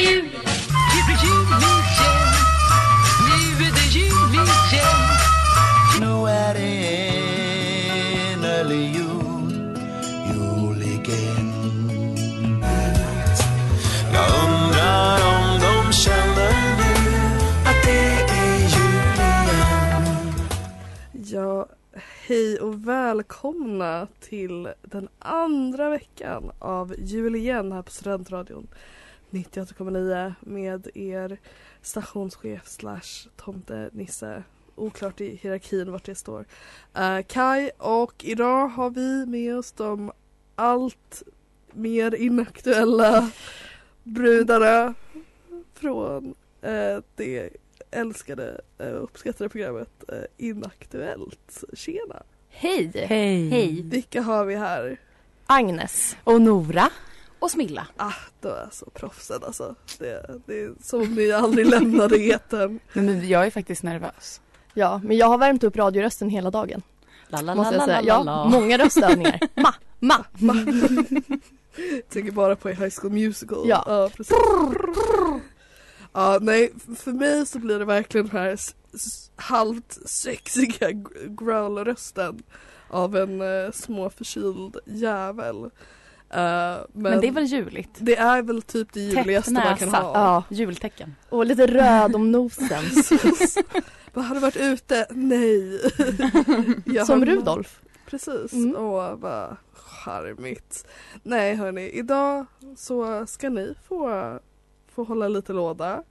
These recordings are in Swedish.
jul igen. Nu är det enlig jul, jul igen Jag undrar om de känner nu att det är jul igen Ja, hej och välkomna till den andra veckan av jul igen här på Studentradion 98,9 med er stationschef slash tomte Nisse. Oklart i hierarkin vart det står. Uh, Kai och idag har vi med oss de allt mer inaktuella brudarna från eh, det älskade eh, uppskattade programmet eh, Inaktuellt. Tjena! Hej! Hej! Vilka har vi här? Agnes. Och Nora. Och Smilla. Ah, de är så proffsen alltså. Det, det är som om ni aldrig lämnade etern. Nej, men jag är faktiskt nervös. Ja, men jag har värmt upp radiorösten hela dagen. La, la, Måste jag säga. Ja, många röstövningar. Ma, ma. Tänker bara på i High School Musical. Ja. precis. Ja, nej, f- för mig så blir det verkligen den här s- s- halvt sexiga gr- growl-rösten av en eh, små förkyld jävel. Eh, men, Men det är väl juligt? det är väl typ det Täppt ljuvligaste man kan näsa. ha. Ja. Jultecken. Och lite röd om nosen. Precis. Vad har du varit ute? Nej. Jag Som har- Rudolf. Precis. Mm. Åh, vad charmigt. Nej hörni, idag så ska ni få, få hålla lite låda.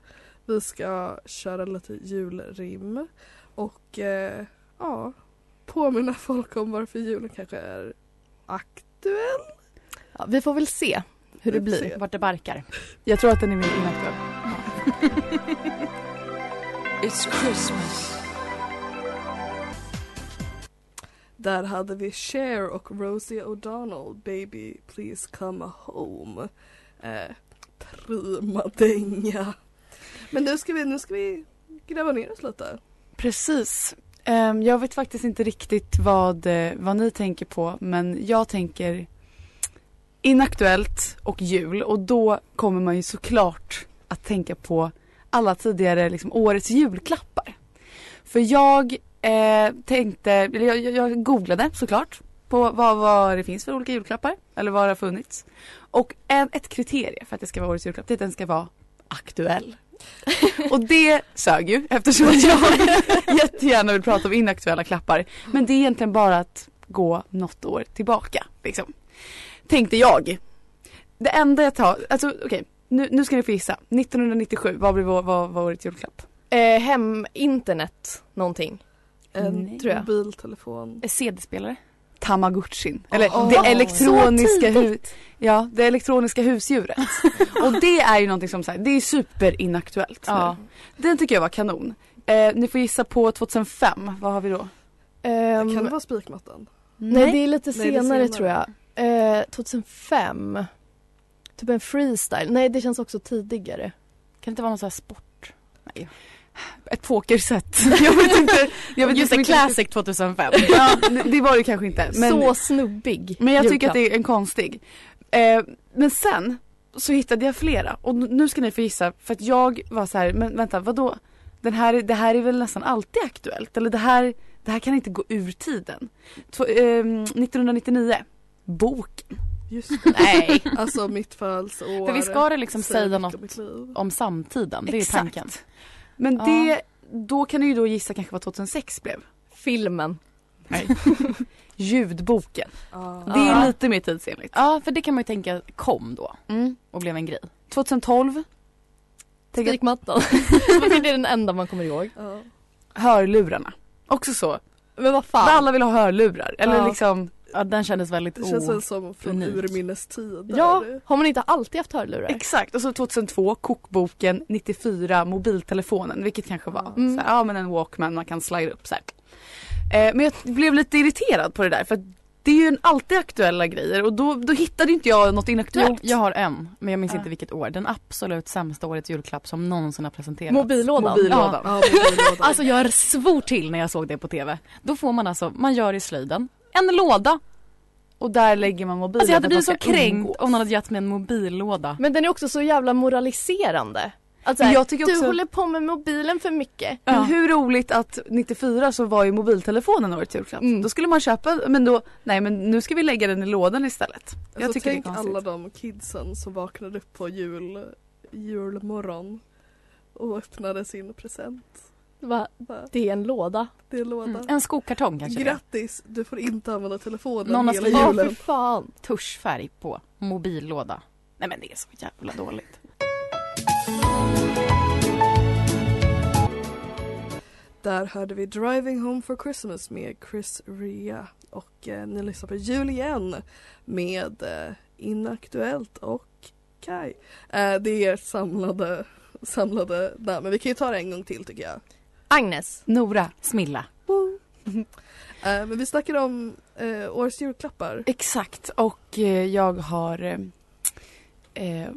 Vi ska köra lite julrim och eh, ja, påminna folk om varför julen kanske är aktuell. Ja, vi får väl se hur det blir. Vart det barkar. Jag tror att den är mer inaktuell. Där hade vi Cher och Rosie O'Donnell, Baby Please Come Home. Eh, primadänga. Men nu ska vi, nu ska vi gräva ner oss lite. Precis. Ehm, jag vet faktiskt inte riktigt vad, eh, vad ni tänker på men jag tänker inaktuellt och jul och då kommer man ju såklart att tänka på alla tidigare liksom, årets julklappar. För jag eh, tänkte, eller jag, jag, jag googlade såklart på vad, vad det finns för olika julklappar eller vad det har funnits. Och en, ett kriterie för att det ska vara årets julklapp det är att den ska vara aktuell. Och det sög ju eftersom att jag jättegärna vill prata om inaktuella klappar. Men det är egentligen bara att gå något år tillbaka. Liksom. Tänkte jag. Det enda jag tar, alltså okej, nu, nu ska ni få gissa. 1997, vad blev vår, vad, vad årets julklapp? Eh, hem, internet, någonting. En Nej. tror jag. mobiltelefon. CD-spelare? Tamagotchin. Eller Åh, det elektroniska, hu- ja, det elektroniska husdjuret. Och det är ju någonting som så här, det är superinaktuellt Ja. nu. Den tycker jag var kanon. Eh, ni får gissa på 2005, vad har vi då? Ehm, Kan det vara spikmattan? nej, det är lite Nej, det är senare. senare, tror jag. Eh, 2005. Typ en freestyle. Nej, det känns också tidigare. Kan det inte vara någon sån här sport? Ett pokersätt. Jag vet inte. Jag vet Just inte det, vilken- Classic 2005. Ja, det- det var det kanske inte. Men, Så snubbig men jag tycker julklapp. att det är en konstig. Eh, men sen så hittade jag flera och n- nu ska ni få gissa för att jag var så här, men vänta vadå? Den här, är- det här är väl nästan alltid aktuellt eller det här, det här kan inte gå ur tiden. Två, ehm, 1999, boken. Just det. Nej. Alltså mitt födelseår. För vi ska det liksom säger säga mycket om något mitt liv. om samtiden. Det är ju Exakt. tanken. Men Ja. det, då kan ni ju då gissa kanske vad 2006 blev. Filmen. Ljudboken. Ja. Det är Ja. lite mer tidsenligt. Ja, för det kan man ju tänka kom då Mm. och blev en grej. 2012, Tänk att- Spikmattan. För det är den enda man kommer ihåg. Ja. hörlurarna. Också så. Men vad Där fan. alla vill ha hörlurar. Eller Ja. liksom, Ja, den kändes väldigt Det känns o- väl som från unikt. urminnes tid. Ja, har man inte alltid haft hörlurar? exakt. Och så 2002, kokboken, 94, mobiltelefonen. Vilket kanske var, Mm. så här, ja men en walkman man kan slida upp så här. Eh, men jag blev lite irriterad på det där för att Det är ju en alltid aktuella grejer och då, då hittade inte jag något Jo, inaktuellt. jag har en, men jag minns Ja. inte vilket år. Den absolut sämsta årets julklapp som någonsin har presenterats. Mobillådan. Mobillådan. Ja, mobillådan. Alltså jag svor till när jag såg det på tv. Då får man alltså, man gör i slöjden, en låda. Och där lägger man mobilen. Alltså jag hade för att blivit så man ska kränkt umgås. om någon hade gett mig en mobillåda. Men den är också så jävla moraliserande. Att så Men här, jag tycker också- Du håller på med mobilen för mycket. Men Ja. hur roligt att 94 så var ju mobiltelefonen årets julklapp. Mm. Då skulle man köpa, men då, nej men nu ska vi lägga den i lådan istället. Jag Alltså, tycker det är tänk konstigt. alla de kidsen som vaknade upp på jul, julmorgon och öppnade sin present. Va? Bara, Det är en låda. det är en låda. Mm, en skokartong kanske det. Grattis, du får inte använda telefonen Någon har hela skrivit- Ja, för julen. fan. Tuschfärg på mobillåda. Nej men det är så jävla dåligt. Där hörde vi Driving Home for Christmas med Chris Rea. Och eh, ni lyssnar på jul igen med eh, Inaktuellt och Kai. Eh, det är samlade, samlade namn, men vi kan ju ta det en gång till tycker jag. Agnes. Nora. Smilla. Eh, men vi snackade om eh, årets julklappar. Exakt och eh, jag har eh, eh,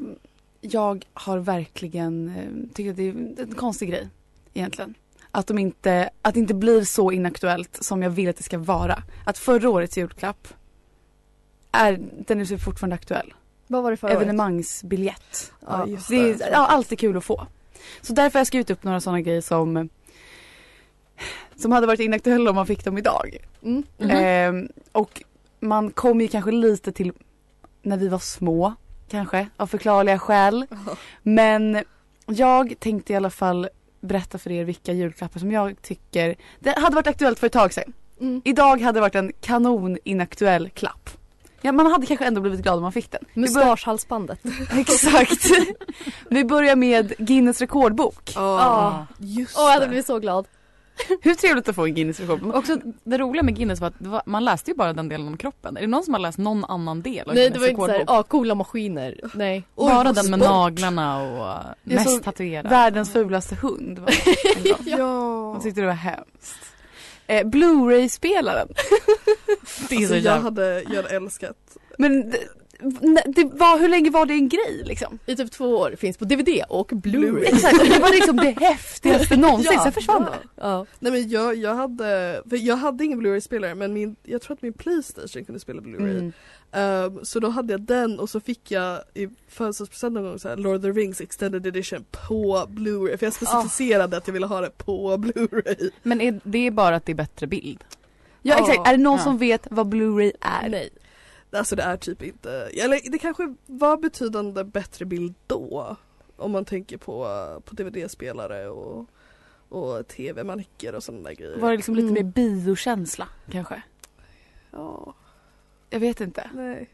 jag har verkligen eh, tycker att det är en konstig grej egentligen. Att, de inte, att det inte blir så inaktuellt som jag vill att det ska vara. Att förra årets julklapp är, den är så fortfarande aktuell. Vad var det förra året? Evenemangsbiljett. Ja, just det är, det. ja, allt är kul att få. Så därför har jag skrivit upp några sådana grejer som som hade varit inaktuella om man fick dem idag. Mm. Ehm, och man kom ju kanske lite till när vi var små kanske av förklarliga skäl. Men jag tänkte i alla fall berätta för er vilka julklappar som jag tycker det hade varit aktuellt för ett tag sedan. Mm. Idag hade det varit en kanon inaktuell klapp. Ja, man hade kanske ändå blivit glad om man fick den. Vi börjar- Mustaschhalsbandet. Exakt. Vi börjar med Guinness rekordbok. Ja. just Åh, jag hade det. blivit så glad. Hur trevligt att få en Guinness rekordbok. Också det roliga med Guinness var att det var, man läste ju bara den delen om kroppen. Är det någon som har läst någon annan del av Nej, det Guinness var inte såhär, rekordbok? ja, coola maskiner. Nej. Oj, bara vad den med sport. naglarna och eh, Jag mest såg tatuerad. Världens fulaste hund. var det en dag. Ja. Alltså, Man tyckte det var hemskt. Eh, Blu-ray-spelaren. Det är så Alltså, jag jävla... hade, jag hade älskat. Men det, det var, hur länge var det en grej liksom? I typ två år. Finns på DVD och Blu-ray. Exakt, och det var liksom det häftigaste någonsin. Sen försvann det. Ja. Nej men jag, jag hade, för jag hade ingen Blu-ray-spelare men min, jag tror att min Playstation kunde spela Blu-ray. Mm. Mm. Ehm, så då hade jag den och så fick jag i födelsedagspresent någon gång så här, Lord of the Rings extended edition på Blu-ray. För jag specificerade att jag ville ha det på Blu-ray. Men är, det är bara att det är bättre bild. Ja exakt, Ja. är det någon Ja. som vet vad Blu-ray är? Nej. Alltså det är typ inte, eller det kanske var betydande bättre bild då. Om man tänker på, på DVD-spelare och, och TV-manecker och sådana där grejer. Var det liksom lite Mm. mer biokänsla kanske? Ja, Jag vet inte. Mm. nej.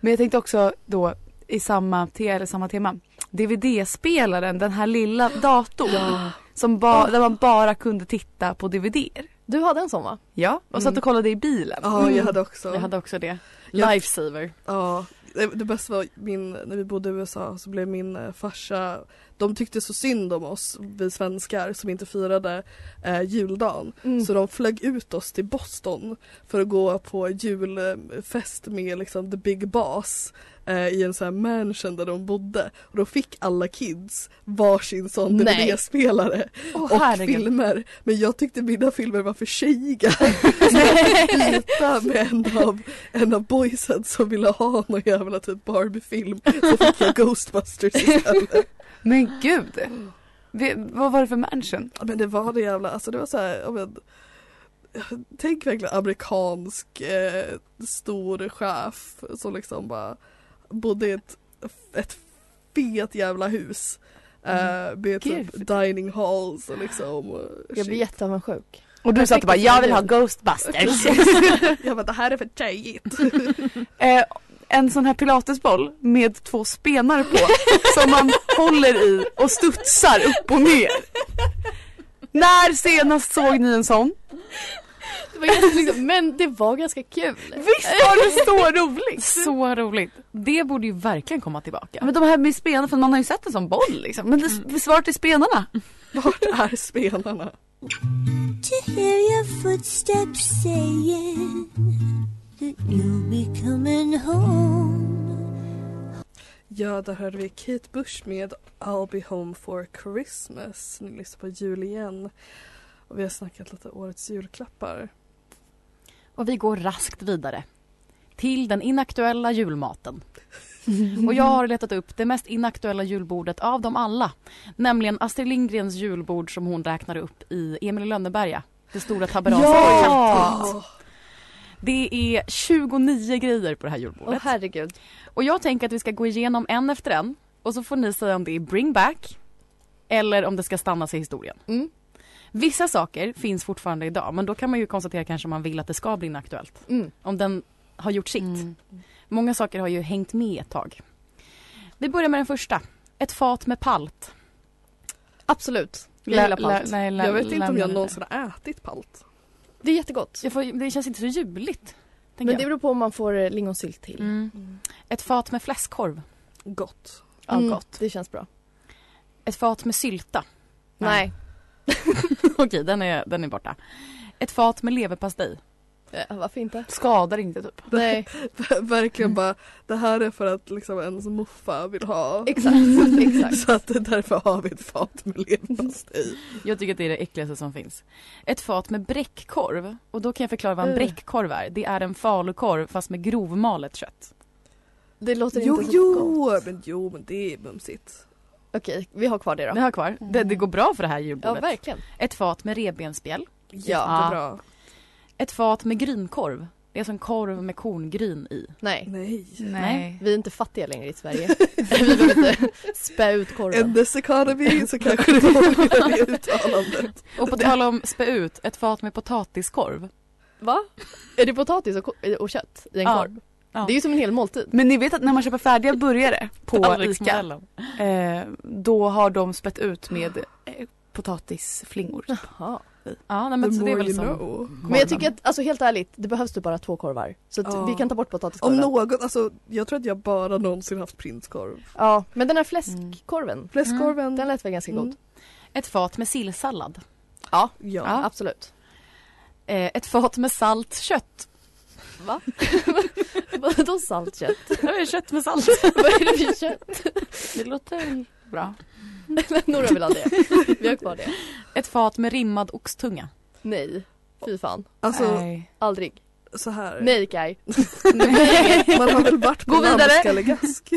Men jag tänkte också då i samma, te eller samma tema. DVD-spelaren, den här lilla datorn. Som ba- där man bara kunde titta på DVDer. Du hade en sån va? Ja. Mm. Och satt och kollade i bilen. Ja, jag hade också. Jag hade också det. Jag- Lifesaver. Ja, det, det bästa var min, när vi bodde i USA så blev min eh, farsa, de tyckte så synd om oss, vi svenskar som inte firade eh, juldagen. Mm. Så de flög ut oss till Boston för att gå på julfest med liksom the big boss eh, i en sån här mansion där de bodde. Och då fick alla kids varsin sån Nej. DVD-spelare Åh, och herregud. filmer. Men jag tyckte mina filmer var för tjejiga. Så jag byta med en av, en av boysen som ville ha någon jävla typ Barbie-film. Så fick jag Ghostbusters istället. Men gud. Vi, vad var det för mansion? Ja, Men det var det jävla, alltså det var så här, ja, men, tänk verkligen amerikansk eh, stor chef som liksom bara bodde i ett, ett fet jävla hus. Eh, med typ Gud. dining halls och liksom. och Jag blir shit. jätteavundsjuk. Och du satt och bara, jag vill ha Ghostbusters. Jag bara det här är för tjejigt. eh, en sån här pilatesboll med två spenar på. som man håller i och studsar upp och ner. När senast såg ni en sån? Det var ganska liksom, men det var ganska kul. Visst var det så roligt? Så roligt. Det borde ju verkligen komma tillbaka. Ja, men de här med spenar, för man har ju sett en sån boll liksom. Men det, det svaret är spenarna. Vart är spelarna? to hear your footsteps saying Ja, där hörde vi Kate Bush med I'll be home for Christmas. Ni lyssnar på jul igen. Och vi har snackat lite årets julklappar. Och vi går raskt vidare till den inaktuella julmaten. Och jag har letat upp det mest inaktuella julbordet av dem alla. Nämligen Astrid Lindgrens julbord som hon räknade upp i Emil i Lönneberga. Det stora tabberaset. Ja! Det är 29 grejer på det här Åh julbordet. herregud. Och jag tänker att vi ska gå igenom en efter en och så får ni säga om det är bring back eller om det ska stanna sig i historien. Mm. Vissa saker finns fortfarande idag men då kan man ju konstatera kanske om man vill att det ska bli inaktuellt. Mm. Om den har gjort sitt. Mm. Många saker har ju hängt med ett tag. Vi börjar med den första. Ett fat med palt. Absolut. Lä- Jag gillar lä- palt. nej, lä- Jag vet inte om lämna jag det. någonsin har ätit palt. Det är jättegott. Jag får, det känns inte så ljuvligt. tänker Men det jag. beror på om man får eh, lingonsylt till. Mm. Ett fat med fläskkorv. Gott. Ja, Mm. gott. Det känns bra. Ett fat med sylta. Nej. Okej, den är, den är borta. Ett fat med leverpastej. Eh, Varför inte? Skadar inte typ. Nej, Verkligen bara, det här är för att liksom ens moffa vill ha. exakt. exakt. Så att därför har vi ett fat med leverpastej. Jag tycker att det är det äckligaste som finns. Ett fat med bräckkorv. Och då kan jag förklara vad en Ugh. bräckkorv är. Det är en falukorv fast med grovmalet kött. Det låter Jo, inte så jo, gott. men, jo, men det är mumsigt. Okej, vi har kvar det då. Vi har kvar. Det, det går bra för det här Ja, julbordet. verkligen. Ett fat med revbensspjäll. Jättebra. Ett fat med grynkorv. Det är som korv med korngryn i. Nej, Nej. Nej. vi är inte fattiga längre i Sverige. vi behöver inte spä ut En korven. this economy så kanske det var det uttalandet. Och på tal om spä ut, ett fat med potatiskorv. Va? Är det potatis och, ko- eh, och kött i en Ja. korv? Ja. Det är ju som en hel måltid. Men ni vet att när man köper färdiga burgare på ICA Tallriksmodellen. eh, då har de spett ut med eh, potatisflingor. Jaha. Ja, nej, The Alltså, men så det är more väl you som know. Men jag tycker att, alltså helt ärligt, det behövs typ bara två korvar. Så att Ja. vi kan ta bort Om potatiskorven. något, alltså jag tror att jag bara någonsin haft prinskorv. Ja, men den här Mm. fläskkorven, Fläskkorven. den lät väl ganska Mm. god? ett fat med sillsallad. Ja. Ja, absolut. Eh, ett fat med salt kött. Va? Vadå saltkött? Det är kött med salt. Vad är det för kött? Det låter bra. Nora vill ha det. Vi har kvar det. Ett fat med rimmad oxtunga. Nej, fy fan. Alltså Nej. Aldrig. så här. Nej Kaj. Man har väl varit på Gå vidare. lammskallegask.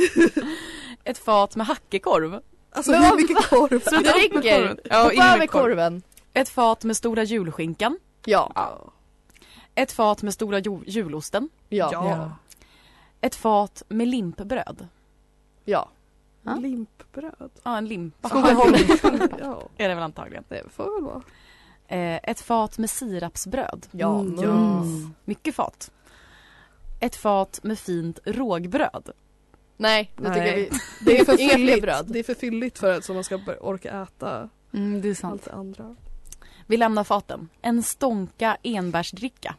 Ett fat med hackekorv. Alltså Men hur vad- mycket korv? Så det räcker. Ja, och in Hoppa över med korv. korven. Ett fat med stora julskinkan. Ja, Ett fat med stora ju- julosten. ja, ja. Ja. Ett fat med limpbröd. Ja. Limpbröd. Ja, en limpa ja. är det väl antagligen. Det får väl vara. Eh, ett fat med sirapsbröd. Ja, Mm, mums. ja. Mycket fat. Ett fat med fint rågbröd. Nej, nu tycker jag Nej. vi... Det är för inga fler fylligt. bröd. Det är för fylligt för att så man ska bör- orka äta Mm, det är sant. allt det andra. Vi lämnar faten. En stånka enbärsdricka.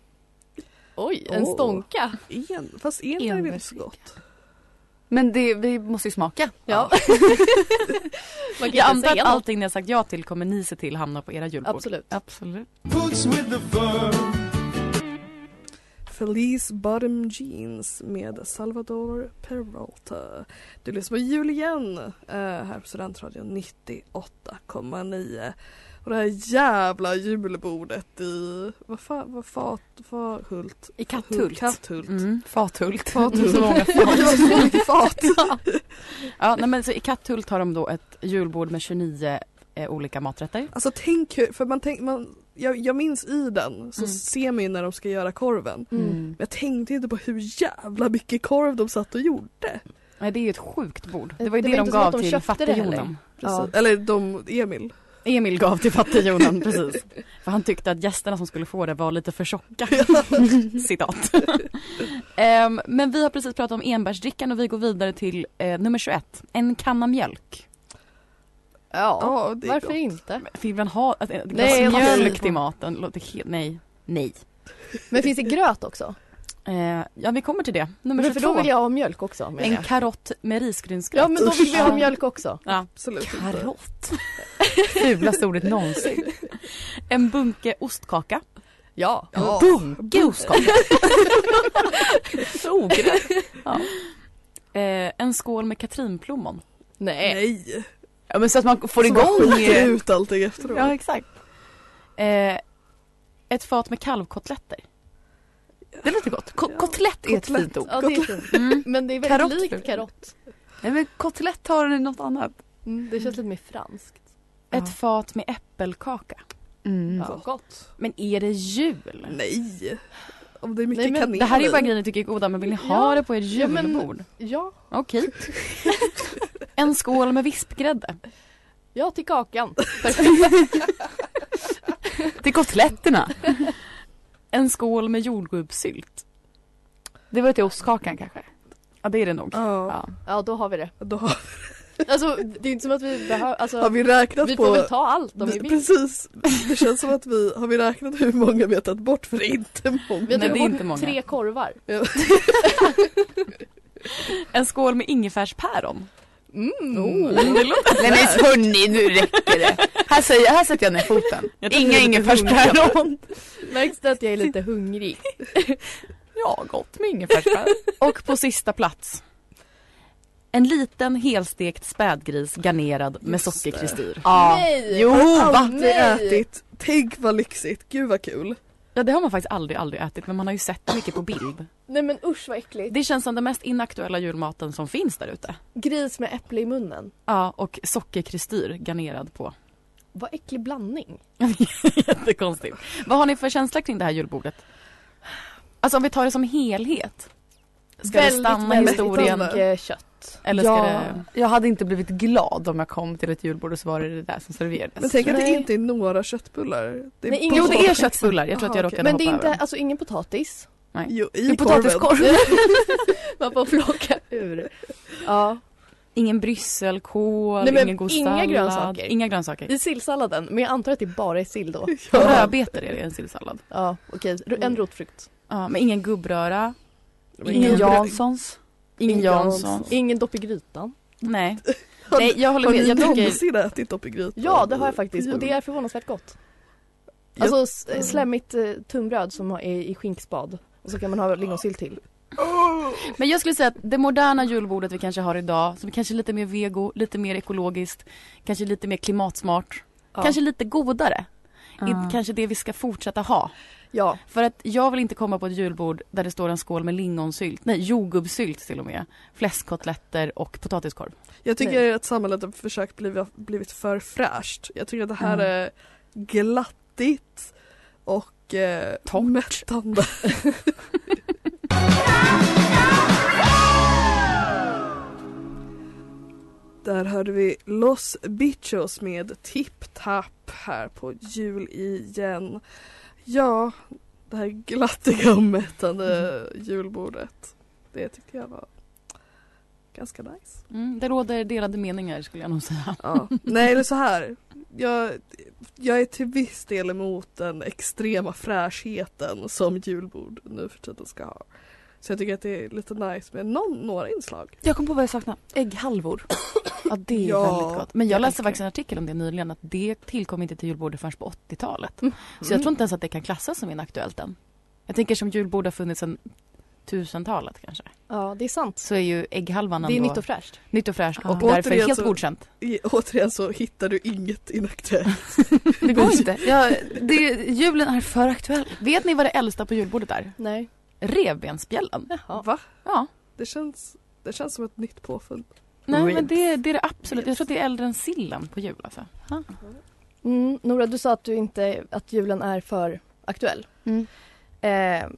Oj, en Åh. stånka. En, fast enbär är väl inte så Enbärsdricka. gott? Men det, vi måste ju smaka. Ja. Jag Man inte antar att säga något. allting ni har sagt ja till kommer ni se till hamna på era julbord. Absolut. Absolut. Puts with the verb. Felice Bottom Jeans med Salvador Peralta. Du lyssnar på jul igen eh, här på Studentradion 98,9. Och det här jävla julbordet i vad fan, vad fat, vad hult? I Hult- Katthult. Katthult. Mm. Fathult. Fathult. Så många Det var så mycket fat. Ja, nej, men så I Katthult har de då ett julbord med 29 eh, olika maträtter. Alltså tänk hur, för man tänk, man, jag, jag minns i den så Mm. ser man ju när de ska göra korven. Mm. Men jag tänkte inte på hur jävla mycket korv de satt och gjorde. Nej, det är ju ett sjukt bord. Det var ju Det det, var de inte som gav att de till köpte det heller. fattighjonen. Precis. Eller de, Emil. Emil gav till fattighjonen, precis. För han tyckte att gästerna som skulle få det var lite för tjocka. Citat. Ehm, men vi har precis pratat om enbärsdrickan och vi går vidare till eh, nummer 21. En kanna mjölk. Ja, Ja, det är varför gott. inte? Vill man ha ett, ett glas Nej, jag måste- mjölk till maten? Låter helt, nej. Nej. Men finns det gröt också? Eh, ja, vi kommer till det. Nummer Men för då 22. vill jag ha mjölk också. menar En jag. karott med risgrynsgröt. Ja, men då vill vi ha Usch. mjölk också. Ja. Absolut inte. Karott. Fulaste ordet någonsin. En bunke ostkaka. Ja. Ja. Boom! Boskap. Ogräs. ja. eh, en skål med katrinplommon. Nej. Nej. Ja, men så att man får Så man igång... skiter ut allting efteråt. Ja, exakt. Eh, ett fat med kalvkotletter. Det låter gott. Ko- Kotlett är ett Kotlett. fint ord. Ja, det är fint. Mm. Men det är väldigt Karott. likt karott. Nej, men kotlett har ni något annat. Mm, det känns lite mer franskt. Ja. Ett fat med äppelkaka. Mm. Ja, gott. Men är det jul? Nej. Om det är mycket Nej, men kanel Det här är ju bara i. grejer ni tycker är goda men vill ni ha Ja. det på ert Ja, men- julbord? Ja, Okej. en skål med vispgrädde. ja till kakan. Det är kotletterna. En skål med jordgubbssylt. Det var till ostkakan kanske. Ja det är det nog. Ja, Ja. Ja, då har vi det. då har, Alltså, det är inte som att vi behöver... Alltså, har vi räknat vi på... får väl ta allt om vi Pre- vill. Precis. Det känns som att vi, har vi räknat hur många vi har tagit bort? För det är inte många. Vi Nej, har det är tagit inte många. bort tre korvar. En skål med ingefärspäron. Mm. Oh. oh. Nej men hörni, nu räcker det. Här, säger, här sätter jag ner foten. Jag tror Inga att jag är lite ingefärspäron. Märks det att jag är lite hungrig? Ja, gott med ingefärspäron. Och på sista plats. En liten helstekt spädgris garnerad med Just det. sockerkristyr. Ja. Nej! Jo, va? Alltid nej. ätit. Tänk vad lyxigt. Gud vad kul. Ja det har man faktiskt aldrig, aldrig ätit men man har ju sett det mycket på bild. Nej men usch vad äckligt. Det känns som den mest inaktuella julmaten som finns där ute. Gris med äpple i munnen. Ja och sockerkristyr garnerad på. Vad äcklig blandning. Jättekonstigt. Vad har ni för känsla kring det här julbordet? Alltså om vi tar det som helhet. Ska det stanna i väldigt historien? mycket kött. Eller ska jag, det... jag hade inte blivit glad om jag kom till ett julbord och så var det det där som serverades. Men tänk att det Nej. inte är några köttbullar. Det är Nej, ingen- Jo det är potatis. köttbullar, jag tror att jag Jaha, råkade Men det är hoppa inte, över. alltså ingen potatis. Jo, Det i är korven. potatiskorv. Man får plocka ur. Ja. Ingen brysselkål, Nej, men ingen god inga sallad. grönsaker. Inga grönsaker. I sillsalladen, men jag antar att det bara är sill då. Ja. Rödbetor är det i en sillsallad. Ja, okej. En rotfrukt. Ja, men ingen gubbröra, Ingen Janssons. ingen Ingen Jansson. Janssons. Ingen dopp i grytan. Nej. Har- Nej, jag håller Har med. ni Jag tycker... någonsin ätit upp i grytan? Ja, det har jag faktiskt. Och det Jul. är förvånansvärt gott. Ja. Alltså s- slemmigt eh, tunnbröd som är i skinkspad. Och så kan man ha lingonsylt till. Men jag skulle säga att det moderna julbordet vi kanske har idag, som kanske är lite mer vego, lite mer ekologiskt, kanske lite mer klimatsmart, Ja. kanske lite godare. Är kanske det vi ska fortsätta ha. Ja. För att jag vill inte komma på ett julbord där det står en skål med lingonsylt, nej jordgubbssylt till och med, fläskkotletter och potatiskorv. Jag tycker att samhället har försökt bli, blivit för fräscht. Jag tycker att det här Mm. är glattigt och eh, mättande. Där hörde vi Los Bichos med Tip Tap här på jul igen. Ja, det här glattiga och mättande julbordet. Det tyckte jag var ganska nice. Mm, det råder delade meningar skulle jag nog säga. Ja. Nej eller så här. Jag, jag är till viss del emot den extrema fräschheten som julbord nu för tiden ska ha. Så jag tycker att det är lite nice med någon, några inslag. Jag kom på vad jag saknar. Ägghalvor. Ja det är Ja, väldigt gott. Men jag det läste räcker. faktiskt en artikel om det nyligen att det tillkom inte till julbordet förrän på 80-talet. Så jag tror inte ens att det kan klassas som inaktuellt än. Jag tänker som julbord har funnits sedan 1000-talet kanske. Ja, det är sant. Så är ju ägghalvan Det är ändå nytt och fräscht. nytt och fräscht och Ah. därför Återigen helt så- godkänt. I, återigen så hittar du inget inaktuellt. Det går inte. Jag, det, julen är för aktuell. Vet ni vad det äldsta på julbordet är? Nej. Revbensspjällen. Jaha. Va? Ja. Det känns, det känns som ett nytt påfund. Nej Ribs. men det, det är det absolut. Jag tror att det är äldre än sillen på jul alltså. Mm, Nora, du sa att, du inte, att julen är för aktuell. Mm. Eh,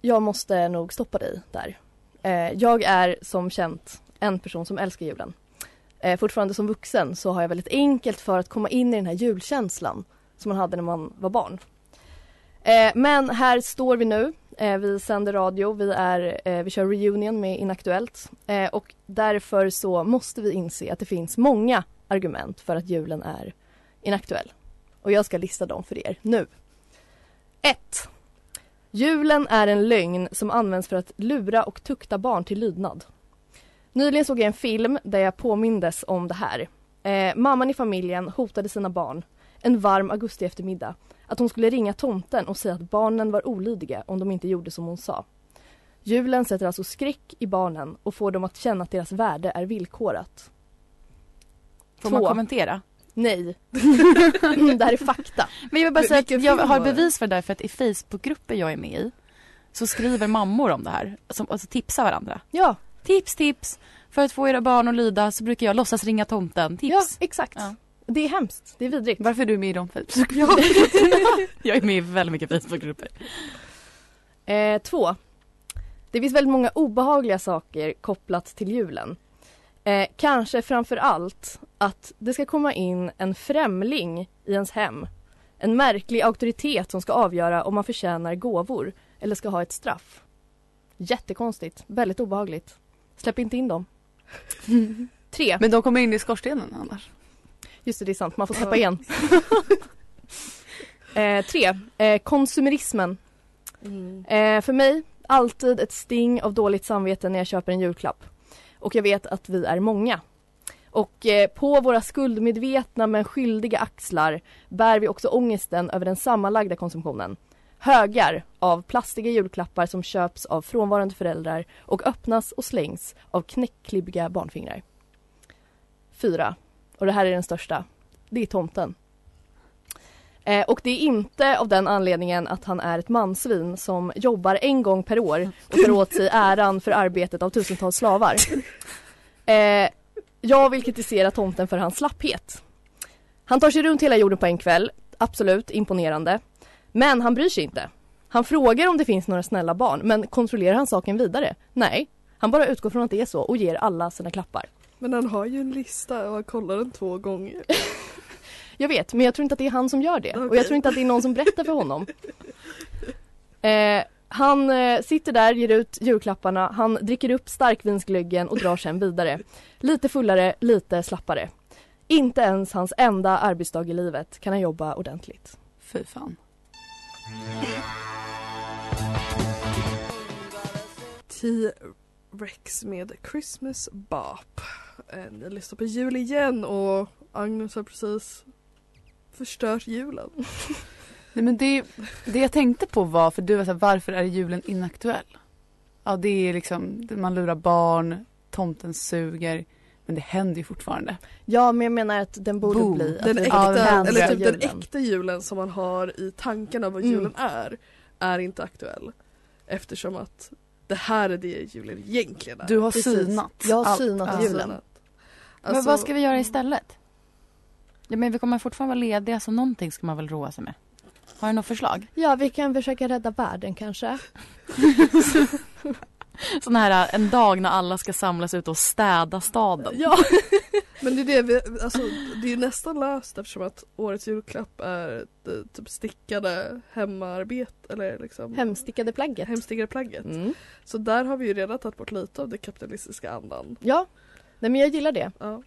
jag måste nog stoppa dig där. Eh, jag är som känt en person som älskar julen. Eh, fortfarande som vuxen så har jag väldigt enkelt för att komma in i den här julkänslan som man hade när man var barn. Eh, men här står vi nu. Eh, vi sänder radio, vi, är, eh, vi kör reunion med Inaktuellt eh, och därför så måste vi inse att det finns många argument för att julen är inaktuell. Och jag ska lista dem för er nu. 1. Julen är en lögn som används för att lura och tukta barn till lydnad. Nyligen såg jag en film där jag påmindes om det här. Eh, mamman i familjen hotade sina barn en varm augusti eftermiddag att hon skulle ringa tomten och säga att barnen var olydiga om de inte gjorde som hon sa. Julen sätter alltså skräck i barnen och får dem att känna att deras värde är villkorat. Får Två. man kommentera? Nej. det här är fakta. Men jag vill bara säga att Vilken jag film har var det? bevis för det där för att i Facebookgrupper jag är med i så skriver mammor om det här, som, alltså tipsar varandra. Ja, Tips, tips! För att få era barn att lyda så brukar jag låtsas ringa tomten. ja Tips! exakt. Ja. Det är hemskt. Det är vidrigt. Varför är du med i de Facebook? Jag är med i väldigt mycket Facebookgrupper. Eh, två. Det finns väldigt många obehagliga saker kopplat till julen. Eh, kanske framför allt att det ska komma in en främling i ens hem. En märklig auktoritet som ska avgöra om man förtjänar gåvor eller ska ha ett straff. Jättekonstigt, väldigt obehagligt. Släpp inte in dem. Tre. Men de kommer in i skorstenen annars. Just det, det är sant. Man får släppa igen. eh, tre. Eh, konsumerismen. Eh, för mig, alltid ett sting av dåligt samvete när jag köper en julklapp. Och jag vet att vi är många. Och eh, på våra skuldmedvetna men skyldiga axlar bär vi också ångesten över den sammanlagda konsumtionen. Högar av plastiga julklappar som köps av frånvarande föräldrar och öppnas och slängs av knäckklibbiga barnfingrar. Fyra. Och det här är den största. Det är tomten. Eh, och det är inte av den anledningen att han är ett mansvin som jobbar en gång per år och tar åt sig äran för arbetet av tusentals slavar. Eh, jag vill kritisera tomten för hans slapphet. Han tar sig runt hela jorden på en kväll, absolut imponerande. Men han bryr sig inte. Han frågar om det finns några snälla barn, men kontrollerar han saken vidare? Nej, han bara utgår från att det är så och ger alla sina klappar. Men han har ju en lista och han kollar den två gånger. Jag vet, men jag tror inte att det är han som gör det. Och Okej. jag tror inte att det är någon som berättar för honom. Eh, han eh, sitter där, ger ut julklapparna, han dricker upp starkvinsglöggen och drar sen vidare. Lite fullare, lite slappare. Inte ens hans enda arbetsdag i livet kan han jobba ordentligt. Fy fan. T-Rex med Christmas Bop. Eh, Ni lyssnar på jul igen och Agnes har precis förstört julen. Nej, men det, det jag tänkte på var, för du var så här, varför är julen inaktuell? Ja det är liksom, man lurar barn, tomten suger, men det händer ju fortfarande. Ja, men jag menar att den borde Boom. bli... att Den vi äkta, borde den eller cancella typ den julen. äkta julen som man har i tanken av vad Mm. julen är, är inte aktuell. Eftersom att det här är det julen egentligen är. Du har Precis. synat. Jag har allt. synat Alltså, julen. att- men alltså, vad ska vi göra istället? Ja, men vi kommer fortfarande vara lediga så någonting ska man väl roa sig med. Har du något förslag? Ja, vi kan försöka rädda världen kanske. Sån här äh, en dag när alla ska samlas ute och städa staden. Ja. Men det är det vi, alltså det är ju nästan löst eftersom att årets julklapp är eh, typ stickade hemarbete eller liksom Hemstickade plagget. hemstickade plagget. Mm. Så där har vi ju redan tagit bort lite av den kapitalistiska andan. Ja, nej men jag gillar det. Ja.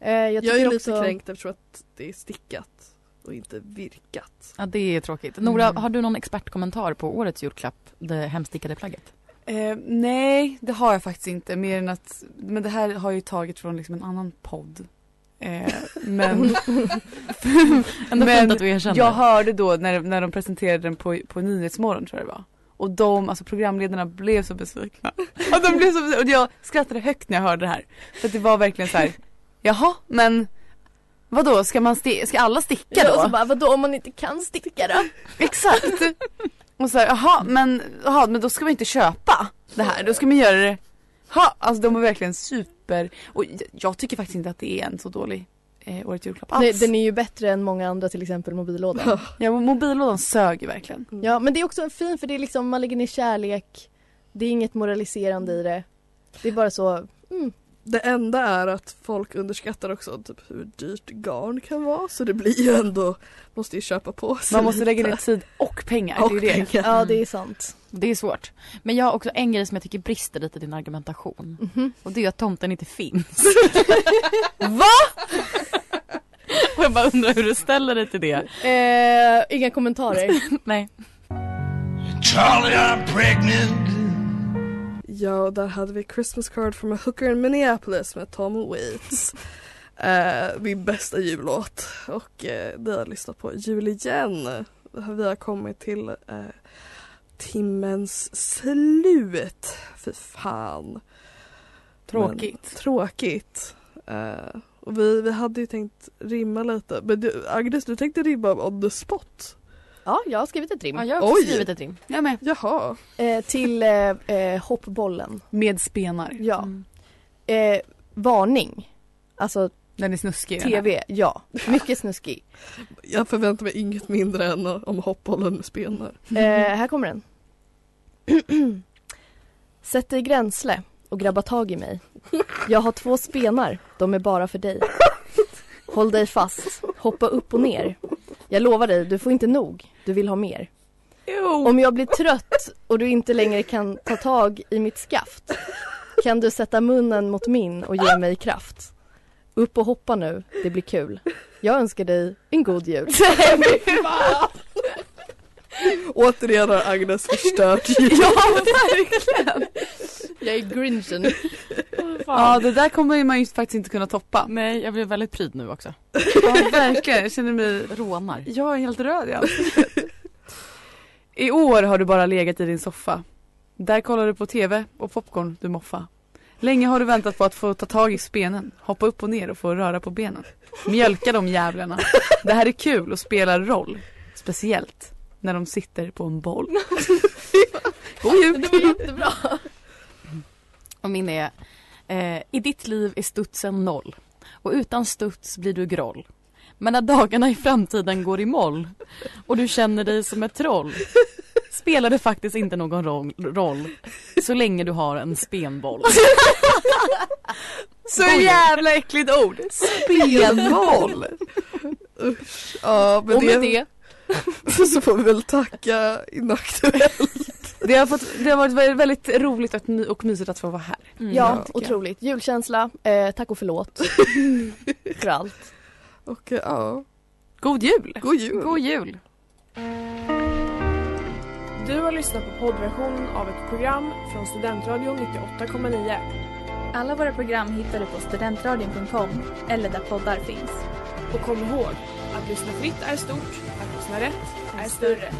Eh, Jag, jag liksom- tycker är lite också... kränkt eftersom att det är stickat och inte virkat. Ja, det är tråkigt. Nora, Mm. har du någon expertkommentar på årets julklapp, det hemstickade plagget? Eh, nej, det har jag faktiskt inte. Mer än att, men det här har jag ju tagit från liksom en annan podd. Eh, men Ändå Men fint att du erkänner. jag hörde då när, när de presenterade den på, på Nyhetsmorgon tror jag det var. Och de, alltså programledarna blev så besvikna. Och, de blev så besvikna. och jag skrattade högt när jag hörde det här. För att det var verkligen så här, jaha men vadå, ska, man sti- ska alla sticka då? Ja, och så bara, vadå om man inte kan sticka då? Exakt. Och så här, jaha men, jaha men då ska man inte köpa det här, då ska man göra det. Ha, alltså de var verkligen super, och jag, jag tycker faktiskt inte att det är en så dålig eh, årets julklapp alls. Nej, den är ju bättre än många andra till exempel mobillådan. Ja mobillådan sög ju verkligen. ja men det är också en fin för det är liksom man lägger ner kärlek. Det är inget moraliserande i det. Det är bara så. Det enda är att folk underskattar också typ hur dyrt garn kan vara så det blir ju ändå, måste ju köpa på sig Man måste lägga lite. ner tid och pengar. Och det är det. pengar. Ja det är sant. Det är svårt. Men jag har också en grej som jag tycker brister lite i din argumentation. Mhm. Och det är att tomten inte finns. Va? Och jag bara undrar hur du ställer dig till det. Eh, inga kommentarer. Nej. Charlie, I'm pregnant. Ja, och där hade vi Christmas Card from a Hooker in Minneapolis med Tom Waits. eh, min bästa jullåt. Och eh, ni har lyssnat på Jul igen. Vi har kommit till eh, timmens slut. Fy fan. Tråkigt. Men, tråkigt. Eh, och vi, vi hade ju tänkt rimma lite. Men du, Agnes, du tänkte rimma on the spot. Ja, jag har skrivit ett rim. Ja, jag har också Oj. skrivit ett rim. Jag med. Jaha. Eh, till eh, eh, hoppbollen. Med spenar. Ja. Mm. Eh, varning. Alltså Den är snuskig. den här. tv, ja. Mycket snuskig. Jag förväntar mig inget mindre än om hoppbollen med spenar. Eh, här kommer den. Sätt dig gränsle och grabba tag i mig. Jag har två spenar, de är bara för dig. Håll dig fast, hoppa upp och ner. Jag lovar dig, du får inte nog, du vill ha mer. Om jag blir trött och du inte längre kan ta tag i mitt skaft kan du sätta munnen mot min och ge mig kraft. Upp och hoppa nu, det blir kul. Jag önskar dig en god jul. Återigen har Agnes förstört julen. Ja, verkligen! Jag är grinchen. Ja, det där kommer man ju faktiskt inte kunna toppa. Nej, jag blev väldigt pryd nu också. Ja, verkligen. Jag känner mig... Rånar. Jag är helt röd i ansiktet. I år har du bara legat i din soffa. Där kollar du på TV och popcorn du moffa. Länge har du väntat på att få ta tag i spenen, hoppa upp och ner och få röra på benen. Mjölka de jävlarna. Det här är kul och spelar roll. Speciellt när de sitter på en boll. God jul! Det var jättebra. Och min är eh, I ditt liv är studsen noll och utan studs blir du groll. Men när dagarna i framtiden går i moll och du känner dig som ett troll spelar det faktiskt inte någon roll, roll så länge du har en spenboll. Så jävla äckligt ord! Benboll! Usch. Ja, men och med det, det, så får vi väl tacka inaktuella. Det har, fått, det har varit väldigt roligt att, my- och mysigt att få vara här. mm, Ja, otroligt. Julkänsla, eh, tack och förlåt. För allt. Och eh, ja, God jul! god jul! God jul! Du har lyssnat på poddversionen av ett program från Studentradion 98,9 Alla våra program hittar du på studentradion.com eller där poddar finns. och kom ihåg att lyssna fritt är stort, att lyssna rätt är större.